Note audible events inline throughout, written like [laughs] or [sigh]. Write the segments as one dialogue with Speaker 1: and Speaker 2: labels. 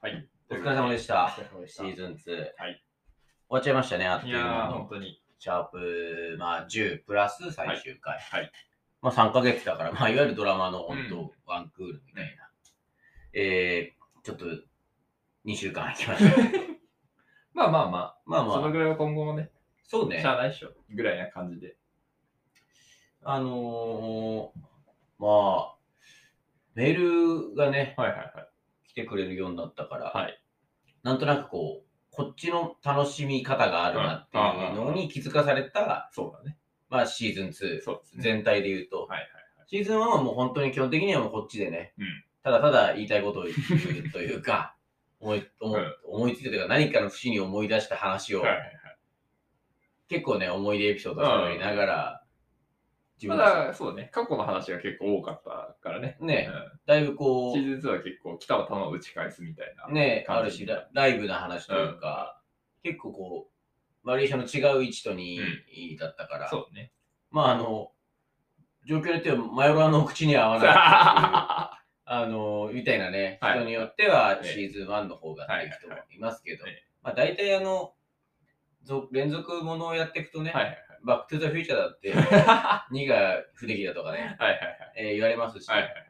Speaker 1: はい。
Speaker 2: お疲れ様でした。
Speaker 1: お疲れ様でし
Speaker 2: シ
Speaker 1: た。
Speaker 2: ーズン2。終
Speaker 1: はい
Speaker 2: わっちゃいましたね、あっと
Speaker 1: い
Speaker 2: いう
Speaker 1: やー、
Speaker 2: 間
Speaker 1: 本
Speaker 2: の。
Speaker 1: 当に。
Speaker 2: シャープ、まあ、10プラス最終回。
Speaker 1: はいはい
Speaker 2: まあ、3ヶ月だから、まあ、いわゆるドラマの本
Speaker 1: う
Speaker 2: 当、ワンクールみたいな。えー、ちょっと、2週間空きました
Speaker 1: [laughs]
Speaker 2: けど。
Speaker 1: まあまあまあ、
Speaker 2: まあま
Speaker 1: その
Speaker 2: あ、
Speaker 1: ぐらいは今後もね、
Speaker 2: そう
Speaker 1: し
Speaker 2: ね。
Speaker 1: ゃあないっしょ。ぐらいな感じで。
Speaker 2: あのー、まあ、メールがね、
Speaker 1: はいはいはい。
Speaker 2: 来てくれるようになったから、
Speaker 1: はい
Speaker 2: なんとなくこう、こっちの楽しみ方があるなっていうのに気づかされた、
Speaker 1: そうだね。
Speaker 2: まあ、シーズン2
Speaker 1: そうですね。
Speaker 2: 全体で言うと、
Speaker 1: はいはい
Speaker 2: シーズン1はもう本当に基本的にはもうこっちでね、
Speaker 1: うん
Speaker 2: ただただ言いたいことを言うとい
Speaker 1: [laughs]
Speaker 2: うか、思い思い
Speaker 1: うん
Speaker 2: 思いついたというか何かの節に思い出した話を、
Speaker 1: はいはいはい。
Speaker 2: 結構ね、思い出エピソードを喋りながら、
Speaker 1: ま
Speaker 2: たち
Speaker 1: だ、そうね、過去の話が結構多かったからね。
Speaker 2: ね、
Speaker 1: う
Speaker 2: だいぶ
Speaker 1: ん、
Speaker 2: こう、
Speaker 1: シーズン2は結構来た球を打ち返すみたいな。
Speaker 2: ね、あ
Speaker 1: 感
Speaker 2: る
Speaker 1: じ
Speaker 2: し
Speaker 1: に
Speaker 2: ラ、ライブな話というか、結構こう、バリエーションの違う1と2だったから、
Speaker 1: そうね。
Speaker 2: まあ、あの、状況によってはマヨラーの口には合
Speaker 1: [laughs]
Speaker 2: わないっていう
Speaker 1: は
Speaker 2: あの、みたいなね、
Speaker 1: はい
Speaker 2: 人によっては
Speaker 1: ね
Speaker 2: シーズン1の方がっていう人もいますけど
Speaker 1: はいはい、
Speaker 2: まあ、大体あの、ぞ連続ものをやっていくとね、
Speaker 1: いはいはい。
Speaker 2: バック・トゥ・ザ・フューチャーだ
Speaker 1: [laughs]
Speaker 2: って、2が不出来だとかね、
Speaker 1: はいはい
Speaker 2: えー言われますし、
Speaker 1: はい。はいはいはい。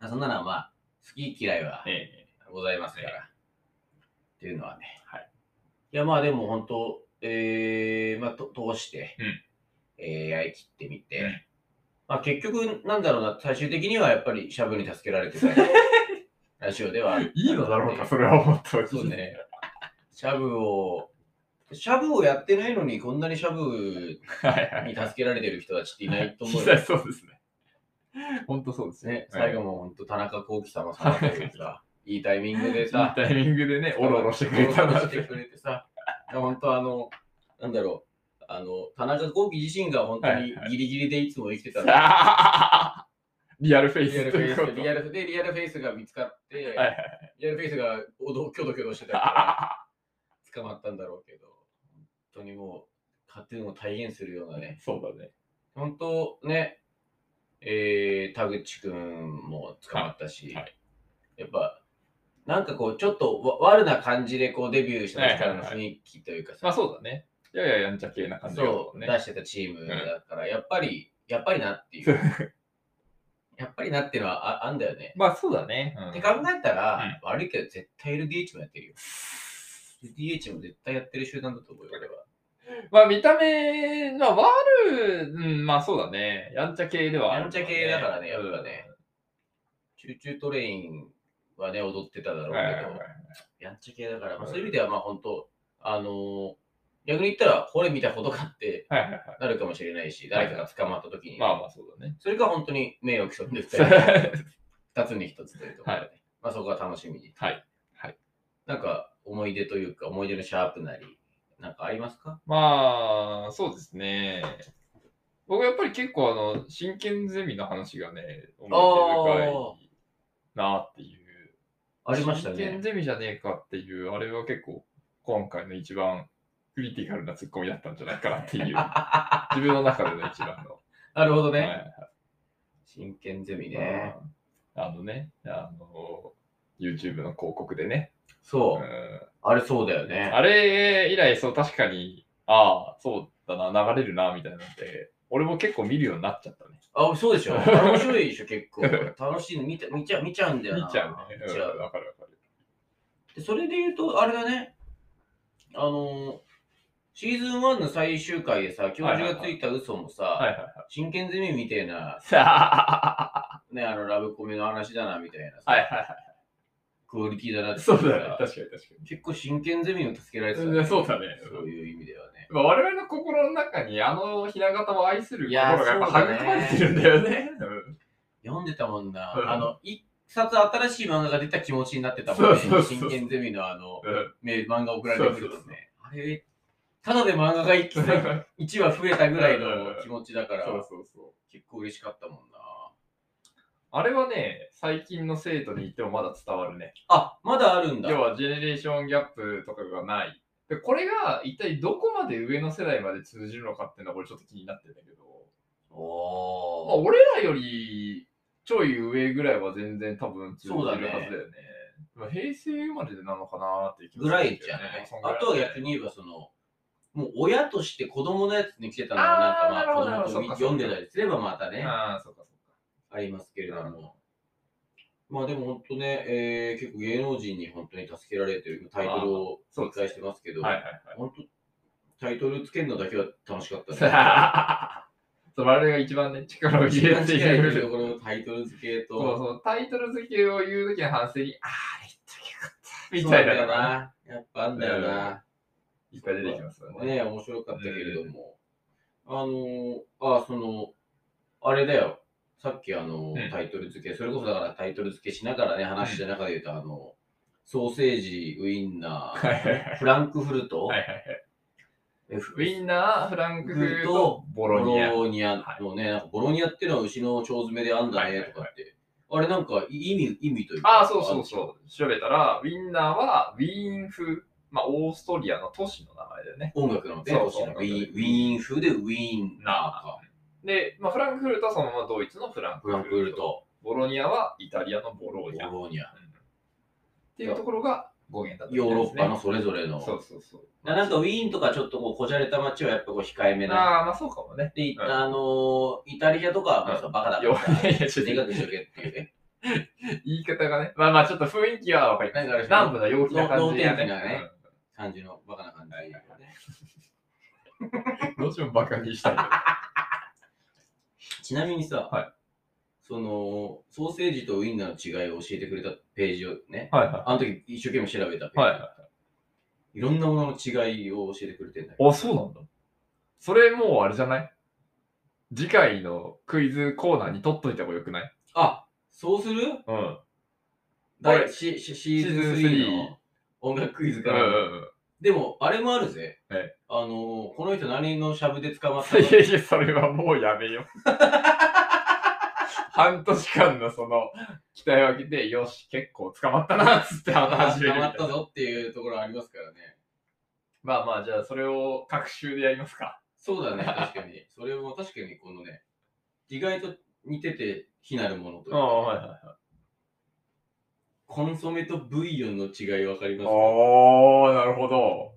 Speaker 2: まあそんなのはまあ、好き嫌いは
Speaker 1: え [laughs] え
Speaker 2: ございますから。
Speaker 1: え
Speaker 2: っていうのはね。
Speaker 1: はい、
Speaker 2: や、まあでも本当、えー、まあと通して、
Speaker 1: うん
Speaker 2: えーやりきってみて、
Speaker 1: うん
Speaker 2: まあ結局、なんだろうな、最終的にはやっぱりしゃぶに助けられ
Speaker 1: [laughs]
Speaker 2: てたラジオでは。
Speaker 1: いいのだろうか、それは思った
Speaker 2: そう。ね。しゃぶを、しゃぶをやってないのに、こんなにしゃぶ
Speaker 1: はいはい。
Speaker 2: に助けられてる人たちっていないと思
Speaker 1: [laughs] 実
Speaker 2: うよ
Speaker 1: 際そうですね。本当そうですね。
Speaker 2: ね。最後も本当、田中幸喜様様という
Speaker 1: [laughs]
Speaker 2: か、いいタイミングで
Speaker 1: いい
Speaker 2: さ、
Speaker 1: タイミングでね、おろおろしてくれた
Speaker 2: おろおろ
Speaker 1: な
Speaker 2: し
Speaker 1: ってて。
Speaker 2: くれてさ、本当あの、なんだろう、あの、田中幸喜自身が本当に
Speaker 1: はいは
Speaker 2: ギリギリでいつも生きてたんだ
Speaker 1: [laughs] リアルフェイ
Speaker 2: リア
Speaker 1: ス
Speaker 2: ルフ
Speaker 1: とい
Speaker 2: ェイ
Speaker 1: うこと
Speaker 2: ス、リアルで、リアルフェイスが見つかって、
Speaker 1: はいはい。
Speaker 2: リアルフェイスがおど、キョドキョドしてたから、捕まったんだろうけど、本当にもう、勝手にも体現するようなね、
Speaker 1: そうだね。
Speaker 2: 本当ね、えー、田口くんも捕まったし、
Speaker 1: はいは
Speaker 2: やっぱ、なんかこう、ちょっとわ悪な感じでこうデビューした時からの
Speaker 1: はいはい
Speaker 2: 雰囲気というかさ、
Speaker 1: まあそうだね。やややんちゃ系な感じだ
Speaker 2: そ
Speaker 1: も
Speaker 2: う、
Speaker 1: んね。
Speaker 2: 出してたチームだから、やっぱり、やっぱりなっ
Speaker 1: [laughs]
Speaker 2: ていう。やっぱりなっていうのはああんだよね。
Speaker 1: まあそうだね。うん
Speaker 2: って考えたら、悪いけど絶対 LDH もやってるよ。LDH も絶対やってる集団だと思うよ、俺は。
Speaker 1: まあ見た目、まあ悪、うん、まあそうだね。やんちゃ系ではある
Speaker 2: やんちゃ系だからね、やっぱね。チューチュートレインはね、踊ってた
Speaker 1: う
Speaker 2: だろうんけど、
Speaker 1: はいはいはい
Speaker 2: やんちゃ系だから、まあ、
Speaker 1: うん
Speaker 2: そういう意味では、まあ本当、あのー逆に言ったら、これ見たことかって
Speaker 1: はいはいは
Speaker 2: なるかもしれないし、誰かが捕まった時に、
Speaker 1: い。まあまあそうだね。
Speaker 2: それが本当に名誉毀損で2人二つに一つというところで、まあそこは楽しみに。
Speaker 1: はい。はい。
Speaker 2: なんか思い出というか、思い出のシャープなり、なんかありますか
Speaker 1: まあ、そうですね。僕やっぱり結構あの、真剣ゼミの話がね、思い出深いなっていう。
Speaker 2: ありました
Speaker 1: 真剣
Speaker 2: ね。
Speaker 1: ゼミじゃねえかっていう、あれは結構今回の一番クリティカルなツッコミだったんじゃないかなって
Speaker 2: [laughs]
Speaker 1: いう、自分の中での一番の。
Speaker 2: なるほどね。
Speaker 1: はい
Speaker 2: 真剣ゼミね。
Speaker 1: あのね、あの、YouTube の広告でね。
Speaker 2: そうう、
Speaker 1: ん
Speaker 2: あれそうだよね。
Speaker 1: あれ以来、そう、確かに、ああ、そうだな、流れるな、みたいなので、俺も結構見るようになっちゃったね。
Speaker 2: あ、そうでしょ。面白いでしょ、結
Speaker 1: [laughs]
Speaker 2: 構。楽しいの見た見ちゃ見ちゃうんだよな。
Speaker 1: 見ちゃうね。
Speaker 2: 見ちゃ
Speaker 1: うん
Speaker 2: う。
Speaker 1: わかるわかる。
Speaker 2: でそれで言うと、あれだね。あのーシーズン1の最終回でさ、教授がついた嘘もさ、
Speaker 1: はいはい [laughs] はい。
Speaker 2: 真剣ゼミみたいな、
Speaker 1: は
Speaker 2: ね、あの、ラブコメの話だな、みたいなさ、
Speaker 1: いはいは
Speaker 2: クオリティだなっ
Speaker 1: い。
Speaker 2: て
Speaker 1: そ
Speaker 2: いうか
Speaker 1: だね。確かに確かに。
Speaker 2: 結構真剣ゼミを助けられてた、
Speaker 1: うんそうだね
Speaker 2: そういう意味ではね。
Speaker 1: まあ、我々の心の中にあのひな形を愛する
Speaker 2: いや
Speaker 1: 心
Speaker 2: ー
Speaker 1: がやっぱ
Speaker 2: そうだね
Speaker 1: 育まれてるんだよね。
Speaker 2: 読んでたもんな。
Speaker 1: うん
Speaker 2: あの、一冊新しい漫画が出た気持ちになってたもんね。
Speaker 1: そうそうそう
Speaker 2: 真剣ゼミのあの、
Speaker 1: うんうん
Speaker 2: メール漫画送られてくる
Speaker 1: そう
Speaker 2: と
Speaker 1: そうそ
Speaker 2: ね。あれ、ただで漫画が一気
Speaker 1: [laughs]
Speaker 2: に1話増えたぐらいの気持ちだから、
Speaker 1: そうそうそう。
Speaker 2: 結構嬉しかったもんな。
Speaker 1: あれはね、最近の生徒に言ってもまだ伝わるね。
Speaker 2: あ、まだあるんだ。
Speaker 1: 要はジェネレーションギャップとかがない。で、これが一体どこまで上の世代まで通じるのかっていうのは俺ちょっと気になってんだけど、まあ、
Speaker 2: おー。
Speaker 1: 俺らよりちょい上ぐらいは全然多分通じるはずだよね。まあ平成生まれなのかなっていう気
Speaker 2: ぐらいじゃない、あとは逆
Speaker 1: に。
Speaker 2: に言えば、その、もう親として子供のやつに来てたのは、なんかま
Speaker 1: あーなるほどな
Speaker 2: あ、
Speaker 1: る
Speaker 2: 子
Speaker 1: ほどそっ
Speaker 2: 供と
Speaker 1: かそっ
Speaker 2: 読
Speaker 1: か
Speaker 2: んでたりすればまたね、
Speaker 1: ああ、そうかそうか。
Speaker 2: ありますけれど
Speaker 1: なる
Speaker 2: も。まあでも本当ね、えー結構芸能人に本当に助けられてるタイトルを
Speaker 1: そう
Speaker 2: お
Speaker 1: ですね
Speaker 2: 伝えしてますけど、
Speaker 1: はいはいはい。
Speaker 2: 本当タイトルつけるのだけは楽しかったね。 [laughs]
Speaker 1: そう我々が一番ね、力を入れている
Speaker 2: ところのタイトル付けと、
Speaker 1: そうそう、タイトル付けを言うときの反省に、ああ、あれ言っときゃよかった。み
Speaker 2: そう
Speaker 1: た
Speaker 2: なん
Speaker 1: い
Speaker 2: だ
Speaker 1: なの
Speaker 2: よ
Speaker 1: がね
Speaker 2: な。やっぱあんだよな。
Speaker 1: いっぱい出てきますよね。
Speaker 2: ね面白かったけれども。あのー、あ、その、あれだよ。さっきあのー
Speaker 1: うん
Speaker 2: タイトル付け、それこそだからタイトル付けしながらね、話した中で言うと、あの、ソーセージ、ウインナ
Speaker 1: はい
Speaker 2: ー、
Speaker 1: はいはい
Speaker 2: フランクフルト
Speaker 1: は、いはいはい。
Speaker 2: えフ
Speaker 1: ウィンナー、フランクフルト、ボ
Speaker 2: ボ
Speaker 1: ロニア。
Speaker 2: ロニアのね、なんかボロニアっていうのは牛の腸詰めであんだねとかって。あれなんか意味、意味というか。
Speaker 1: ああ、そうそうそう。調べたら、ウィンナーはウィーン風、まあ、オーストリアの都市の名前だよね。
Speaker 2: 音楽なので、
Speaker 1: そう
Speaker 2: 都市の
Speaker 1: そう
Speaker 2: ウィーンウィーン風でウィーンナーか。
Speaker 1: で、まあ、フランクフルトはそのままドイツのフランク
Speaker 2: フランクフルト、
Speaker 1: ボロニアはイタリアのボロ
Speaker 2: ボ
Speaker 1: ーニャ。うんっ
Speaker 2: ローニア、
Speaker 1: ていうところが語源だったみ
Speaker 2: ヨー
Speaker 1: たい
Speaker 2: ロ
Speaker 1: で
Speaker 2: ッ
Speaker 1: すね
Speaker 2: パのそれぞれの。
Speaker 1: そうそうそう。
Speaker 2: ななんかウィーンとかちょっとこうこじゃれた街はやっぱこう控えめな。
Speaker 1: ああ、まあそうかもね。
Speaker 2: で、い
Speaker 1: うん
Speaker 2: あのーイタリアとかはもうさ、バカだか
Speaker 1: よ
Speaker 2: らさ。
Speaker 1: いやちょっと
Speaker 2: でかくしとけっていうね。
Speaker 1: 言い方がね。まあまあちょっと雰囲気はわかります。
Speaker 2: なんか
Speaker 1: 南部の陽気な感じや
Speaker 2: の能天気なね
Speaker 1: ね。
Speaker 2: 感じのバカな感じ。
Speaker 1: はいはいうんどうしてもバカにしたい。 [laughs]
Speaker 2: ちなみにさ、
Speaker 1: はい
Speaker 2: その、ソーセージとウインナーの違いを教えてくれたページをね、
Speaker 1: はいは
Speaker 2: あの時一生懸命調べたページ。、
Speaker 1: はいはい
Speaker 2: ろんなものの違いを教えてくれてんだけ
Speaker 1: い。あ、そうなんだ。それもうあれじゃない次回のクイズコーナーに取っといた方がよくない
Speaker 2: ど。あ、そうする
Speaker 1: うん。
Speaker 2: 第シシシーズン
Speaker 1: シーズン
Speaker 2: 3
Speaker 1: 3
Speaker 2: の音楽クイズ
Speaker 1: う
Speaker 2: か
Speaker 1: んう
Speaker 2: ら。
Speaker 1: んうん。
Speaker 2: でも、あれもあるぜ。
Speaker 1: え
Speaker 2: あのー、この人何のしゃぶで捕まったの
Speaker 1: いやいや、それはもうやめ [laughs] よう。半年間のその期待を上げて、よし、結構捕まったなっつって
Speaker 2: 捕
Speaker 1: 話始めるみ
Speaker 2: ま
Speaker 1: [laughs] たい
Speaker 2: った
Speaker 1: な。
Speaker 2: ぞっていうところありますからね。
Speaker 1: まあまあ、じゃあそれを各週でやりますか。
Speaker 2: そ
Speaker 1: [laughs]
Speaker 2: うだね、確かに。それも確かにこのね、意外と似てて非なるものというか
Speaker 1: いはい。
Speaker 2: コンソメとブイヨンの違い分かりますか
Speaker 1: おー、なるほど。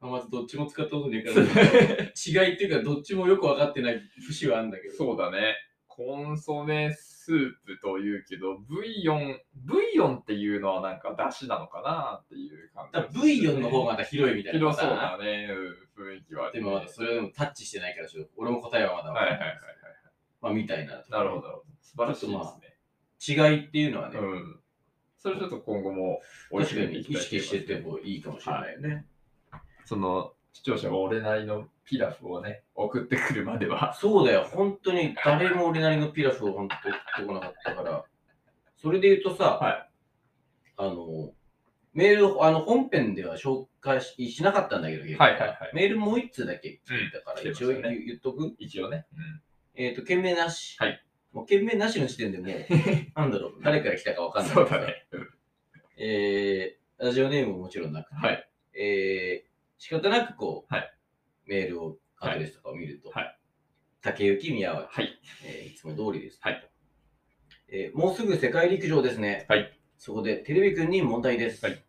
Speaker 2: まあまずどっちも使ったことね
Speaker 1: [laughs]
Speaker 2: えから、違いっていうか、どっちもよく分かってない節はあるんだけど。
Speaker 1: そうだね。コンソメスープというけど、ブイヨン、ブイヨンっていうのはなんか出汁なのかなっていう感じ
Speaker 2: だからブイヨンの方がまた広いみたいな。
Speaker 1: 広そう。だね、うん雰囲気はある
Speaker 2: で
Speaker 1: ね。
Speaker 2: もまだそれでもタッチしてないから、ちょっと俺も答えはまだ分
Speaker 1: は
Speaker 2: か
Speaker 1: いは
Speaker 2: んない
Speaker 1: いはいはい。
Speaker 2: まあ、みたいな。
Speaker 1: なるほど、なるほど。素晴らしいですね。
Speaker 2: 違いっていうのはね、
Speaker 1: うん。それちょっと今後も
Speaker 2: 確かに
Speaker 1: いきたいと思
Speaker 2: 意
Speaker 1: います
Speaker 2: 識しててもいいかもしれないよね。
Speaker 1: その視聴者が俺なりのピラフをね、送ってくるまでは。
Speaker 2: そうだよ、本当に誰も俺なりのピラフを本当に送ってこなかったから。それで言うとさ、
Speaker 1: はい
Speaker 2: あの、メール、あの、本編では紹介ししなかったんだけど、
Speaker 1: はいはいはい
Speaker 2: メールもう一通だけ来てたから、
Speaker 1: うん
Speaker 2: 一応
Speaker 1: 来てました
Speaker 2: 言,、
Speaker 1: ね
Speaker 2: っとく。
Speaker 1: 一応ね。うん
Speaker 2: えっ、と、件名なし。
Speaker 1: はい
Speaker 2: もう件名なしの時点でもう、
Speaker 1: [laughs]
Speaker 2: なんだろう、誰から来たかわかんない。
Speaker 1: そうだ。ね。
Speaker 2: えー、ラジオネームももちろんなくて、
Speaker 1: はい。
Speaker 2: えー、仕方なくこう、
Speaker 1: はい
Speaker 2: メールを、アドレスとかを見ると、
Speaker 1: はい
Speaker 2: 竹内宮脇、
Speaker 1: はい。
Speaker 2: えーいつも通りです。
Speaker 1: はい
Speaker 2: えーもうすぐ世界陸上ですね。
Speaker 1: はい
Speaker 2: そこで、テレビ君に問題です。
Speaker 1: はい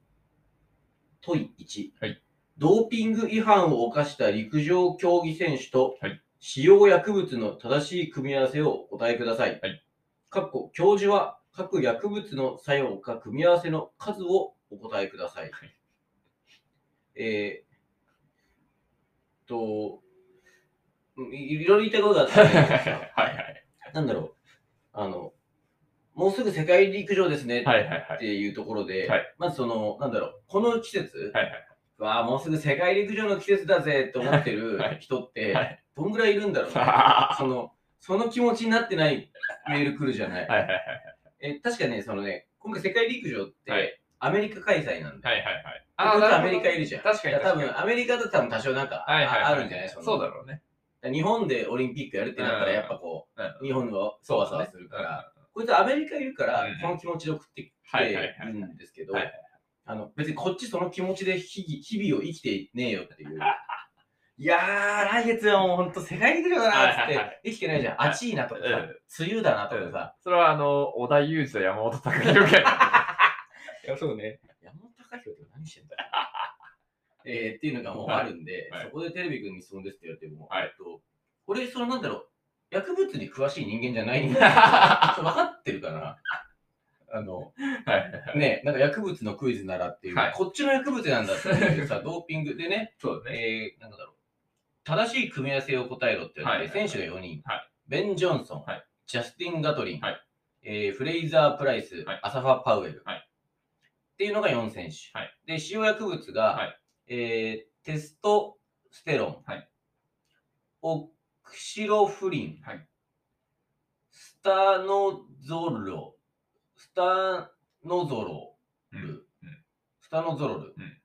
Speaker 2: 問い1、
Speaker 1: はい
Speaker 2: ドーピング違反を犯した陸上競技選手と、
Speaker 1: はい
Speaker 2: 使用薬物の正しい組み合わせをお答えください。
Speaker 1: はい
Speaker 2: かっこ教授は各薬物の作用か組み合わせの数をお答えください。
Speaker 1: はい
Speaker 2: えー、と、うんいいろいろ言いたいことがあったんだけどさ
Speaker 1: [laughs] はいはい。
Speaker 2: なんだろう、あの、もうすぐ世界陸上ですね
Speaker 1: はいはいは
Speaker 2: っ
Speaker 1: い。
Speaker 2: ていうところで、
Speaker 1: はい
Speaker 2: まずその、なんだろう、この季節、
Speaker 1: はいはい。
Speaker 2: わあ、もうすぐ世界陸上の季節だぜと思ってる
Speaker 1: はい
Speaker 2: 人って、
Speaker 1: はい
Speaker 2: どんぐらいいるんだろう、ね、
Speaker 1: は
Speaker 2: その、その気持ちになってないメール来るじゃない。
Speaker 1: いはいはい。
Speaker 2: え確かね、そのね、今回世界陸上って、
Speaker 1: はい
Speaker 2: アメリカ開催なんで、
Speaker 1: はいはいはい。
Speaker 2: あ
Speaker 1: ーなるほど
Speaker 2: アメリカいるじゃん。
Speaker 1: 確かに
Speaker 2: だから
Speaker 1: 確か
Speaker 2: 多
Speaker 1: に。
Speaker 2: 分アメリカだと多分多少なんか、
Speaker 1: はいはいはい
Speaker 2: ああるんじゃない
Speaker 1: そ
Speaker 2: の
Speaker 1: うだろうね。
Speaker 2: 日本でオリンピックやるってなったら、
Speaker 1: うん
Speaker 2: やっぱこ
Speaker 1: うん
Speaker 2: う、日本はそわそわするから、
Speaker 1: うん
Speaker 2: こいつアメリカいるから
Speaker 1: うん、
Speaker 2: この気持ちで送ってき
Speaker 1: は
Speaker 2: て
Speaker 1: いはいはい
Speaker 2: るんですけど
Speaker 1: はいはい、
Speaker 2: あの別にこっちその気持ちで日々日々を生きてねえよって
Speaker 1: [laughs]
Speaker 2: いう。いやー、来月はもう本当世界陸上だなーっつ
Speaker 1: は
Speaker 2: っ
Speaker 1: いはいは
Speaker 2: て、生きてないじゃん。
Speaker 1: はい
Speaker 2: 暑いなとかさ
Speaker 1: うん、
Speaker 2: 梅雨だなとかさ、
Speaker 1: それはあの、織田裕二と山本隆弘やな。
Speaker 2: いや
Speaker 1: そうね。
Speaker 2: 山本貴弘って何してんだよ。えーっていうのがもうあるんで、
Speaker 1: はいはい
Speaker 2: そこでテレビ君に質問ですって言われても、
Speaker 1: はい
Speaker 2: えっと、俺、そのなんだろう、薬物に詳しい人間じゃないんだ
Speaker 1: [laughs]
Speaker 2: そう分かってるかな。あの、
Speaker 1: はいはいはい。
Speaker 2: ね、なんか薬物のクイズならっていう、
Speaker 1: はい
Speaker 2: こっちの薬物なんだってい
Speaker 1: [laughs]
Speaker 2: うさ、ドーピングでね、
Speaker 1: そうだね。
Speaker 2: えー、なんだろう。正しい組み合わせを答えろって言われ
Speaker 1: はい
Speaker 2: て、
Speaker 1: はいはい
Speaker 2: 選手が4人、
Speaker 1: はい
Speaker 2: ベン・ジョンソン、
Speaker 1: はい
Speaker 2: ジャスティン・ガトリン、
Speaker 1: はい
Speaker 2: えーフレイザー・プライス、
Speaker 1: はい
Speaker 2: アサファー・パウエル、
Speaker 1: はい
Speaker 2: っていうのが4選手。
Speaker 1: はい
Speaker 2: で、使用薬物が、
Speaker 1: はい
Speaker 2: えーテストステロン、
Speaker 1: はい
Speaker 2: オクシロフリン、
Speaker 1: はい
Speaker 2: スタノゾロ、スタノゾロ、
Speaker 1: うん
Speaker 2: ルスタノゾロル。
Speaker 1: うん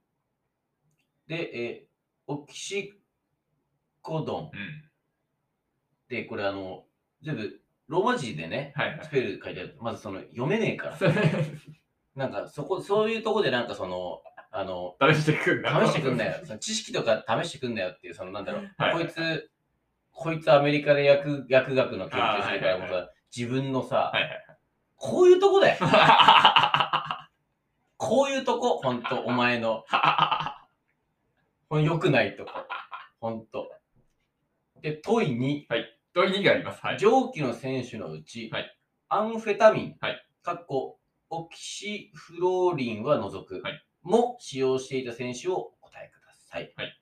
Speaker 2: で、えーオキシコドン。
Speaker 1: うん。
Speaker 2: で、これあの、全部ローマ字でね、
Speaker 1: はいは
Speaker 2: スペル書いてある。まずその、読めねえから。
Speaker 1: い。
Speaker 2: なんか、そこ、そういうとこでなんかその、あの、
Speaker 1: [laughs] 試してくんだ。
Speaker 2: 試してくんな
Speaker 1: [laughs]
Speaker 2: よ。その知識とか試してくんなよっていう、そのなんだろう、
Speaker 1: はい
Speaker 2: こいつ、こいつアメリカで薬薬学の研究して
Speaker 1: あーはいはい
Speaker 2: るか
Speaker 1: は
Speaker 2: ら、
Speaker 1: い
Speaker 2: もうさ自分のさ、
Speaker 1: はいは
Speaker 2: こういうとこだよ。
Speaker 1: は
Speaker 2: こういうとこ、ほんと、お前の。ほん良くないとこ。ほんと。で、問いに
Speaker 1: 問い2があります。はい。
Speaker 2: 上記の選手のうち、
Speaker 1: はい
Speaker 2: アンフェタミン、
Speaker 1: は
Speaker 2: かっこオキシフローリンは除く、
Speaker 1: はい
Speaker 2: も使用していた選手をお答えください。
Speaker 1: はい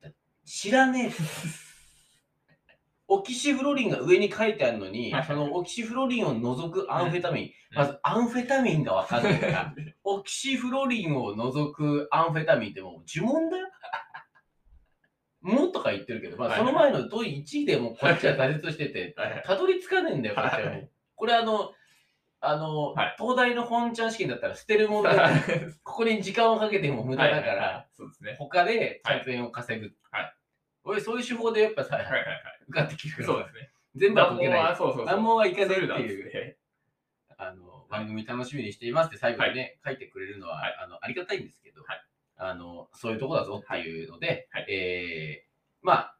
Speaker 2: だ知らねえ [laughs] って。オキシフローリンが上に書いてあるのに、
Speaker 1: はい
Speaker 2: そのオキシフローリンを除くアンフェタミン、
Speaker 1: うん
Speaker 2: まずアンフェタミンがわかん
Speaker 1: [laughs]
Speaker 2: ないから、オキシフロリンを除くアンフェタミンってもう呪文だよ。 [laughs] もとか言ってるけど、まあ、
Speaker 1: はい
Speaker 2: その前の問い1位でもうこっちは挫折してて、
Speaker 1: はい
Speaker 2: たどり着かねえんだよ、こっちはもう。これあの、あの、
Speaker 1: はい
Speaker 2: 東大の本ちゃん試験だったら捨てる問題だ
Speaker 1: [laughs]
Speaker 2: からここに時間をかけても無駄だから、
Speaker 1: はいはいはい。そうですね。
Speaker 2: 他で着点を稼ぐ。
Speaker 1: はい
Speaker 2: 俺、そういう手法でやっぱさ、
Speaker 1: はいはいは
Speaker 2: 受かってきる
Speaker 1: い。
Speaker 2: か
Speaker 1: そ
Speaker 2: ら
Speaker 1: うですね。
Speaker 2: 全部は解けない。
Speaker 1: 難問そうそうそう。
Speaker 2: 難問はいか
Speaker 1: そ
Speaker 2: な
Speaker 1: う
Speaker 2: い
Speaker 1: い
Speaker 2: っ
Speaker 1: うの
Speaker 2: て
Speaker 1: なんで
Speaker 2: いう
Speaker 1: す。ね。
Speaker 2: あの番組楽しみにしていますって最後にね、書いてくれるのは、
Speaker 1: はい
Speaker 2: あのありがたいんですけど、
Speaker 1: はい
Speaker 2: あのそういうとこだぞっていうので、
Speaker 1: はいは
Speaker 2: えーまあ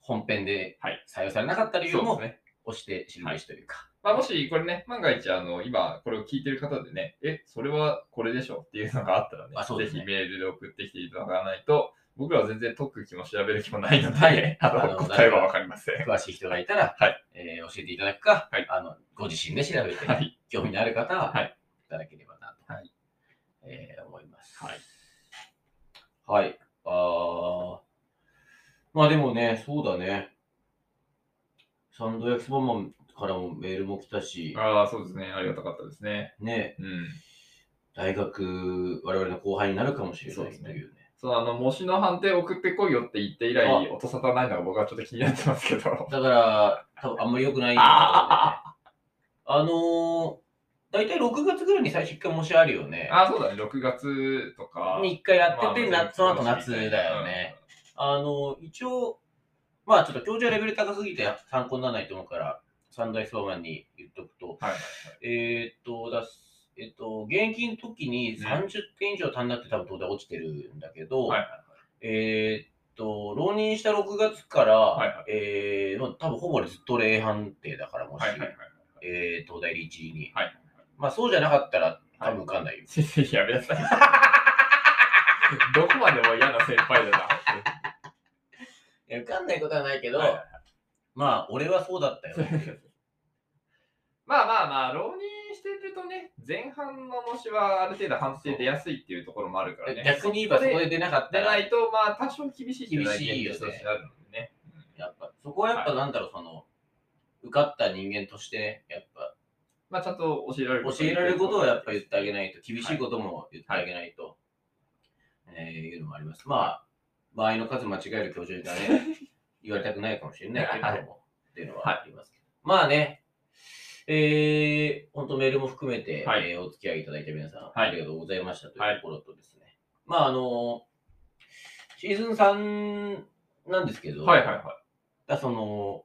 Speaker 2: 本編で
Speaker 1: はい
Speaker 2: 採用されなかった理由
Speaker 1: そう
Speaker 2: も
Speaker 1: ですね。
Speaker 2: 押して知るべしというか、
Speaker 1: まあ、もしこれね、万が一、あの、今、これを聞いてる方でね、え、それはこれでしょっていうのがあったらね、
Speaker 2: あそうです
Speaker 1: ぜ
Speaker 2: ね
Speaker 1: ひメールで送ってきていただかないと、僕らは全然解く気も調べる気もないので、
Speaker 2: は
Speaker 1: [laughs]
Speaker 2: い
Speaker 1: あ
Speaker 2: あの
Speaker 1: の答えはわかりません。
Speaker 2: 詳しい人がいたら、
Speaker 1: はい
Speaker 2: えー教えていただくか、
Speaker 1: はい
Speaker 2: あのご自身で調べて、
Speaker 1: はい。
Speaker 2: 興味のある方は、、
Speaker 1: はい
Speaker 2: ただければなと、
Speaker 1: はい
Speaker 2: えー思います。
Speaker 1: はい。
Speaker 2: はい。あーまあでもね、そうだね。サンド焼きそばマンからもメールも来たし、
Speaker 1: ああ、そうですね。ありがたかったですね。
Speaker 2: ね、
Speaker 1: うん。
Speaker 2: 大学、我々の後輩になるかもしれ
Speaker 1: そう
Speaker 2: ない
Speaker 1: です
Speaker 2: と
Speaker 1: ね
Speaker 2: いうね。
Speaker 1: その、あの、模試の判定送ってこいよって言って以来、
Speaker 2: あ
Speaker 1: 音沙汰ないのが僕はちょっと気になってますけ
Speaker 2: [laughs]
Speaker 1: ど。
Speaker 2: だから、多分あんまり良くないんだけどね。
Speaker 1: あ
Speaker 2: あのー、大体6月ぐらいに最初一回模試あるよね。
Speaker 1: ああ、そうだね。6月とか。
Speaker 2: に一回やってて、
Speaker 1: まあ
Speaker 2: なその後夏だよね。。あの、一応、まあちょっと教授はレベル高すぎて参考にならないと思うから、三大相マンに言っとくと、
Speaker 1: はい
Speaker 2: えーっと、だすえっと、現役の時に
Speaker 1: うん
Speaker 2: 30点以上足んなくて多分東大落ちてるんだけど、
Speaker 1: はいはい
Speaker 2: えーっと、浪人した6月から、
Speaker 1: はいはい
Speaker 2: えーまあ、多分ほぼずっと俺 A 判定だから、もし、
Speaker 1: はいはいはい。
Speaker 2: えー東大理1位に。
Speaker 1: はいはいはい。
Speaker 2: まあそうじゃなかったら多分受かんないよ。
Speaker 1: 先
Speaker 2: [laughs]
Speaker 1: 生やめなさい。どこまでも嫌な先輩
Speaker 2: [laughs]
Speaker 1: だ
Speaker 2: いや受かんないことはないけど、
Speaker 1: な。はい
Speaker 2: まあ俺はそうだったよっていう。
Speaker 1: まあまあまあ、浪人してるとね、前半の模試はある程度判定出やすいっていうところもあるからね。
Speaker 2: [laughs] 逆に言えばそこで出なかった
Speaker 1: 出
Speaker 2: ら
Speaker 1: ないと、まあ多少厳しいじゃない
Speaker 2: 厳しいよね
Speaker 1: 現実としてあるのでね。
Speaker 2: やっぱ、そこはやっぱなんだろう、その、受かった人間としてね、やっぱ、
Speaker 1: まあちゃんと教えられる
Speaker 2: 教えられることをやっぱ言ってあげ
Speaker 1: い。
Speaker 2: ないと、厳しいことも言ってあげないと、えーいうのもあります。まあ、場合の数間違える教授が
Speaker 1: [laughs]
Speaker 2: ね、言われたくないかもしれないけれども、っていうのはありますけど。まあね、えー、本当メールも含めて、
Speaker 1: はい
Speaker 2: えーお付き合いいただいた皆さん、
Speaker 1: はい
Speaker 2: ありがとうございましたと
Speaker 1: は
Speaker 2: いう
Speaker 1: い
Speaker 2: ところとですね、まああの、シーズン3なんですけど、
Speaker 1: はいはいはい。
Speaker 2: だその、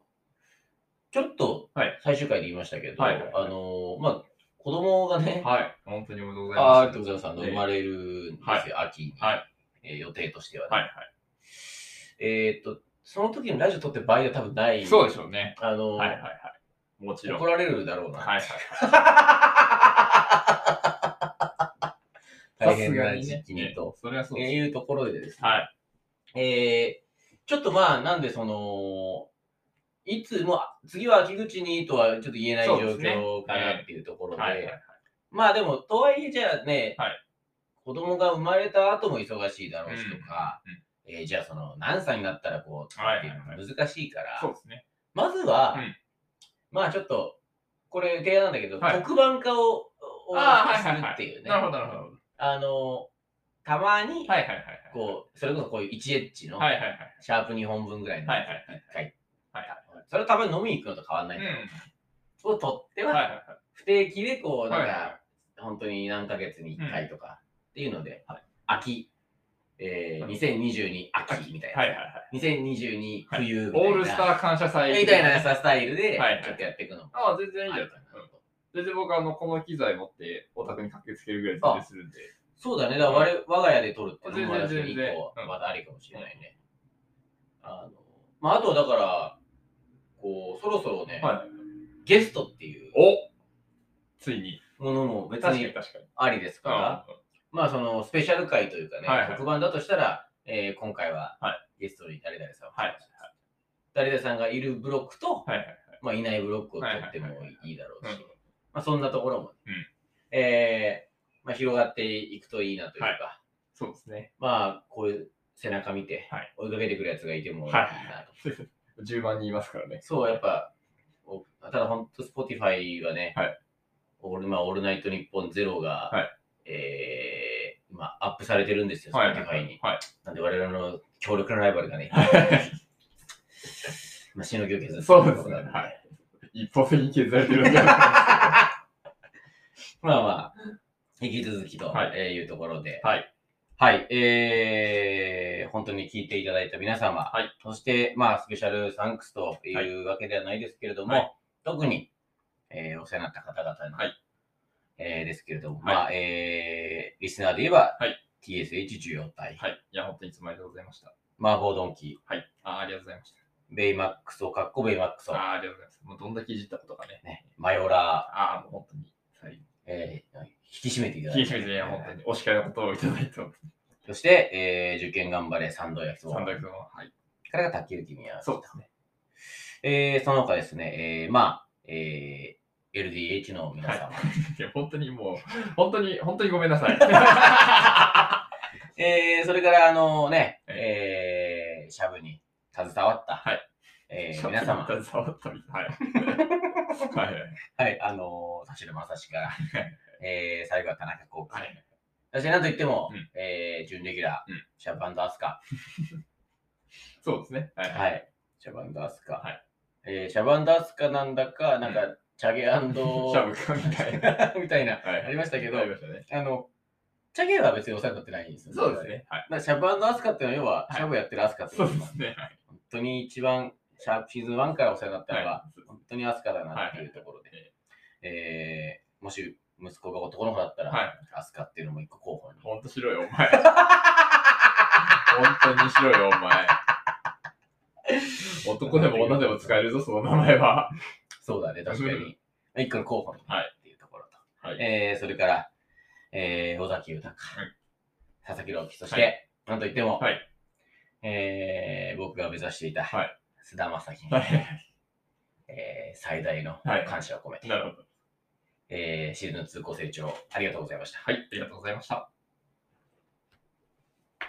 Speaker 2: ちょっと
Speaker 1: はい
Speaker 2: 最終回で言いましたけど、
Speaker 1: はいはいはい
Speaker 2: あの、まあ、子供がね、
Speaker 1: はい。本当におめでとうございます。
Speaker 2: あーありがとうございます。あの、
Speaker 1: ね
Speaker 2: 生まれるんですよ、秋に、
Speaker 1: はい
Speaker 2: えー予定としてはね。
Speaker 1: はいは
Speaker 2: えーっと、その時にラジオ撮ってる場合は多分ない。
Speaker 1: い。そうでしょうね。
Speaker 2: あの、
Speaker 1: はいはいはい。もちろん。
Speaker 2: 怒
Speaker 1: はい
Speaker 2: られるだろうな。
Speaker 1: はい。
Speaker 2: 大変な時期にと、
Speaker 1: それはそうです。
Speaker 2: いうところでですね、
Speaker 1: はい。
Speaker 2: えーちょっとまあ、なんでその、いつも、次は秋口にとはちょっと言えない状
Speaker 1: そうですね
Speaker 2: 況かなっていうところで、
Speaker 1: はいはいはい。
Speaker 2: まあでも、とはいえじゃあね、
Speaker 1: はい
Speaker 2: 子供が生まれた後も忙しいだろうしとか、
Speaker 1: うんうん
Speaker 2: えーじゃあその何歳になったらこうとかっていうの
Speaker 1: はいはい
Speaker 2: も難しいから、
Speaker 1: そうですね。
Speaker 2: まずは、
Speaker 1: うん
Speaker 2: まあちょっと、これ提案なんだけど、
Speaker 1: はい
Speaker 2: 特番化をを
Speaker 1: あ
Speaker 2: す
Speaker 1: ーはいはい
Speaker 2: る
Speaker 1: はい
Speaker 2: っていうね。
Speaker 1: なるほど、なるほど。
Speaker 2: あの、たまに、
Speaker 1: はいはいはいはい。
Speaker 2: こう、それこそこういう 1H の、
Speaker 1: はいはいはい。
Speaker 2: シャープ2本分ぐらいの
Speaker 1: は
Speaker 2: 一
Speaker 1: いはいはい
Speaker 2: 回。
Speaker 1: はい
Speaker 2: それをたまに飲みに行くのと変わらないんだろう
Speaker 1: う
Speaker 2: を取って
Speaker 1: ん。はい
Speaker 2: は、
Speaker 1: はいはい。
Speaker 2: 不定期でこう、なん
Speaker 1: はいはい
Speaker 2: か、本当に何ヶ月に1回とかっていうので、秋、えー、
Speaker 1: うん
Speaker 2: 2022秋みたい
Speaker 1: はいはい
Speaker 2: な、
Speaker 1: はい。
Speaker 2: 2022冬みたいな、
Speaker 1: オールスター感謝祭
Speaker 2: みたいなさスタイルで
Speaker 1: はいはい、
Speaker 2: ちょっとやっていくのも。
Speaker 1: ああ、全然いいんじゃない
Speaker 2: ありかなと
Speaker 1: 全然僕、あの、この機材持って、お宅に駆けつけるぐらい全然するんで。
Speaker 2: そうだね、だから我我が家で撮るっていうのも
Speaker 1: 全然
Speaker 2: 私
Speaker 1: 全然
Speaker 2: 一個
Speaker 1: うん
Speaker 2: まだありかもしれないね。あの、まあ、あとはだから、こう、そろそろね、
Speaker 1: はい。
Speaker 2: ゲストっていう
Speaker 1: おついに。
Speaker 2: ものも別
Speaker 1: 確かに
Speaker 2: に
Speaker 1: 確かに。
Speaker 2: ありですから、まあそのスペシャル回というかね、
Speaker 1: はいはい
Speaker 2: 特番だとしたら、えー今回は
Speaker 1: は
Speaker 2: ゲストに誰々さんを、
Speaker 1: はいはい
Speaker 2: 誰々さんがいるブロックと、
Speaker 1: はいはい。
Speaker 2: まあ、いないブロックを取っても
Speaker 1: はいはい
Speaker 2: いいだろうし、
Speaker 1: うん
Speaker 2: まあ、そんなところもね、
Speaker 1: うん
Speaker 2: えーまあ、広がっていくといいなというか、
Speaker 1: はそうですね。
Speaker 2: まあこういう背中見て
Speaker 1: はい
Speaker 2: 追いかけてくるやつがいてもいいな
Speaker 1: は
Speaker 2: と、
Speaker 1: い10万人いますからね。
Speaker 2: そうやっぱおただ本当 Spotify はね、
Speaker 1: はい
Speaker 2: オールまあ、オールナイトニッポンゼロが、
Speaker 1: は
Speaker 2: えー今アップされてるんですよ、
Speaker 1: はい
Speaker 2: Spotify に。
Speaker 1: はい。
Speaker 2: なんで我々の強力なライバルがね、まあ、しのぎを削って
Speaker 1: そうですね
Speaker 2: る
Speaker 1: は一方的に削られてるわけだから。
Speaker 2: まあまあ、引き続きと、
Speaker 1: はい
Speaker 2: えーいうところで。
Speaker 1: はい。
Speaker 2: はい。えー、本当に聞いていただいた皆様、
Speaker 1: はい
Speaker 2: そして、まあ、スペシャルサンクスというわけではないですけれども、
Speaker 1: は
Speaker 2: 特に、えーお世話になった方々の、
Speaker 1: はい
Speaker 2: えーですけれども、
Speaker 1: はい
Speaker 2: まあ、えー、リスナーで言えば、
Speaker 1: はい
Speaker 2: TSH14 体、
Speaker 1: はい。いや、本当にいつもありがとうございました。
Speaker 2: マーボードンキ
Speaker 1: はい。あありがとうございまし
Speaker 2: ー、ベイマックスを、かっこベイマックスを
Speaker 1: た。、あありがとうございます。もうどんだけいじったことかね。
Speaker 2: ね、マヨラ
Speaker 1: ああ、もう本当に。はい。
Speaker 2: ー、えー引き締めていただ
Speaker 1: ひ
Speaker 2: い
Speaker 1: い
Speaker 2: て。
Speaker 1: ひいいや、本当に。お叱りのことをいただいて、本
Speaker 2: そして、えー受験頑張れ、三度焼きそ
Speaker 1: 当に。
Speaker 2: ば
Speaker 1: 三。択の。はい。
Speaker 2: 彼が卓球君や。
Speaker 1: そうですね。
Speaker 2: えー、その他ですね、えー、まあ、えー、LDH の皆様、
Speaker 1: いや、本当にもう、本当に、本当にごめんなさい。
Speaker 2: えー、それから、あのね、
Speaker 1: はい
Speaker 2: えー、シャブに携わった、
Speaker 1: はい
Speaker 2: えー、皆様、
Speaker 1: 携わったみたい。はい。はいはい。
Speaker 2: はい、あのー、田代正史から、えー、最後は田中幸喜、
Speaker 1: はい。
Speaker 2: そしてなんといっても、
Speaker 1: うん
Speaker 2: えー、準レギュラー、
Speaker 1: うん
Speaker 2: シャバンドアスカ、
Speaker 1: そうですね。はい。
Speaker 2: は。い、シャバンドアスカ、
Speaker 1: はい
Speaker 2: えー、シャバンドアスカなんだか、なんか、チャゲ
Speaker 1: [laughs] シャブ君みたいな。
Speaker 2: [laughs] みたいな、
Speaker 1: はい
Speaker 2: ありましたけど
Speaker 1: ありましたね。
Speaker 2: あの、チャゲは別にお世話になってないんですよ
Speaker 1: そうです。ね。はい。
Speaker 2: だからシャバンのアスカっていうの
Speaker 1: は
Speaker 2: は、要は、
Speaker 1: い
Speaker 2: シャブやってるアスカっていう
Speaker 1: そう
Speaker 2: のは、
Speaker 1: ですね。はい
Speaker 2: 本当に一番、シャープシーズン1からお世話になったのが、
Speaker 1: は
Speaker 2: 本当にアスカだなっていうところで、
Speaker 1: はいはい
Speaker 2: えー、もし息子が男の子だった
Speaker 1: い。
Speaker 2: ら、
Speaker 1: はい。
Speaker 2: アスカっていうのも一個候補に。
Speaker 1: ほんと白いよ、お前。本当に白いよ、お前。男でも女でも使えるぞ、その名前は。
Speaker 2: そうだね、確かに。一個の候補に
Speaker 1: は
Speaker 2: っていうところと。
Speaker 1: はい
Speaker 2: えー、それから、えー、尾崎豊、
Speaker 1: い
Speaker 2: 佐々木朗希、そし
Speaker 1: は
Speaker 2: て、なんといっても、
Speaker 1: はい
Speaker 2: えー、僕が目指していた、
Speaker 1: はい
Speaker 2: 菅田将暉に、
Speaker 1: はい
Speaker 2: えー、最大の
Speaker 1: はい
Speaker 2: 感謝を込めて、
Speaker 1: なるほど。
Speaker 2: えーシーズン2ご清聴ありがとうございました。
Speaker 1: はい、ありがとうございました。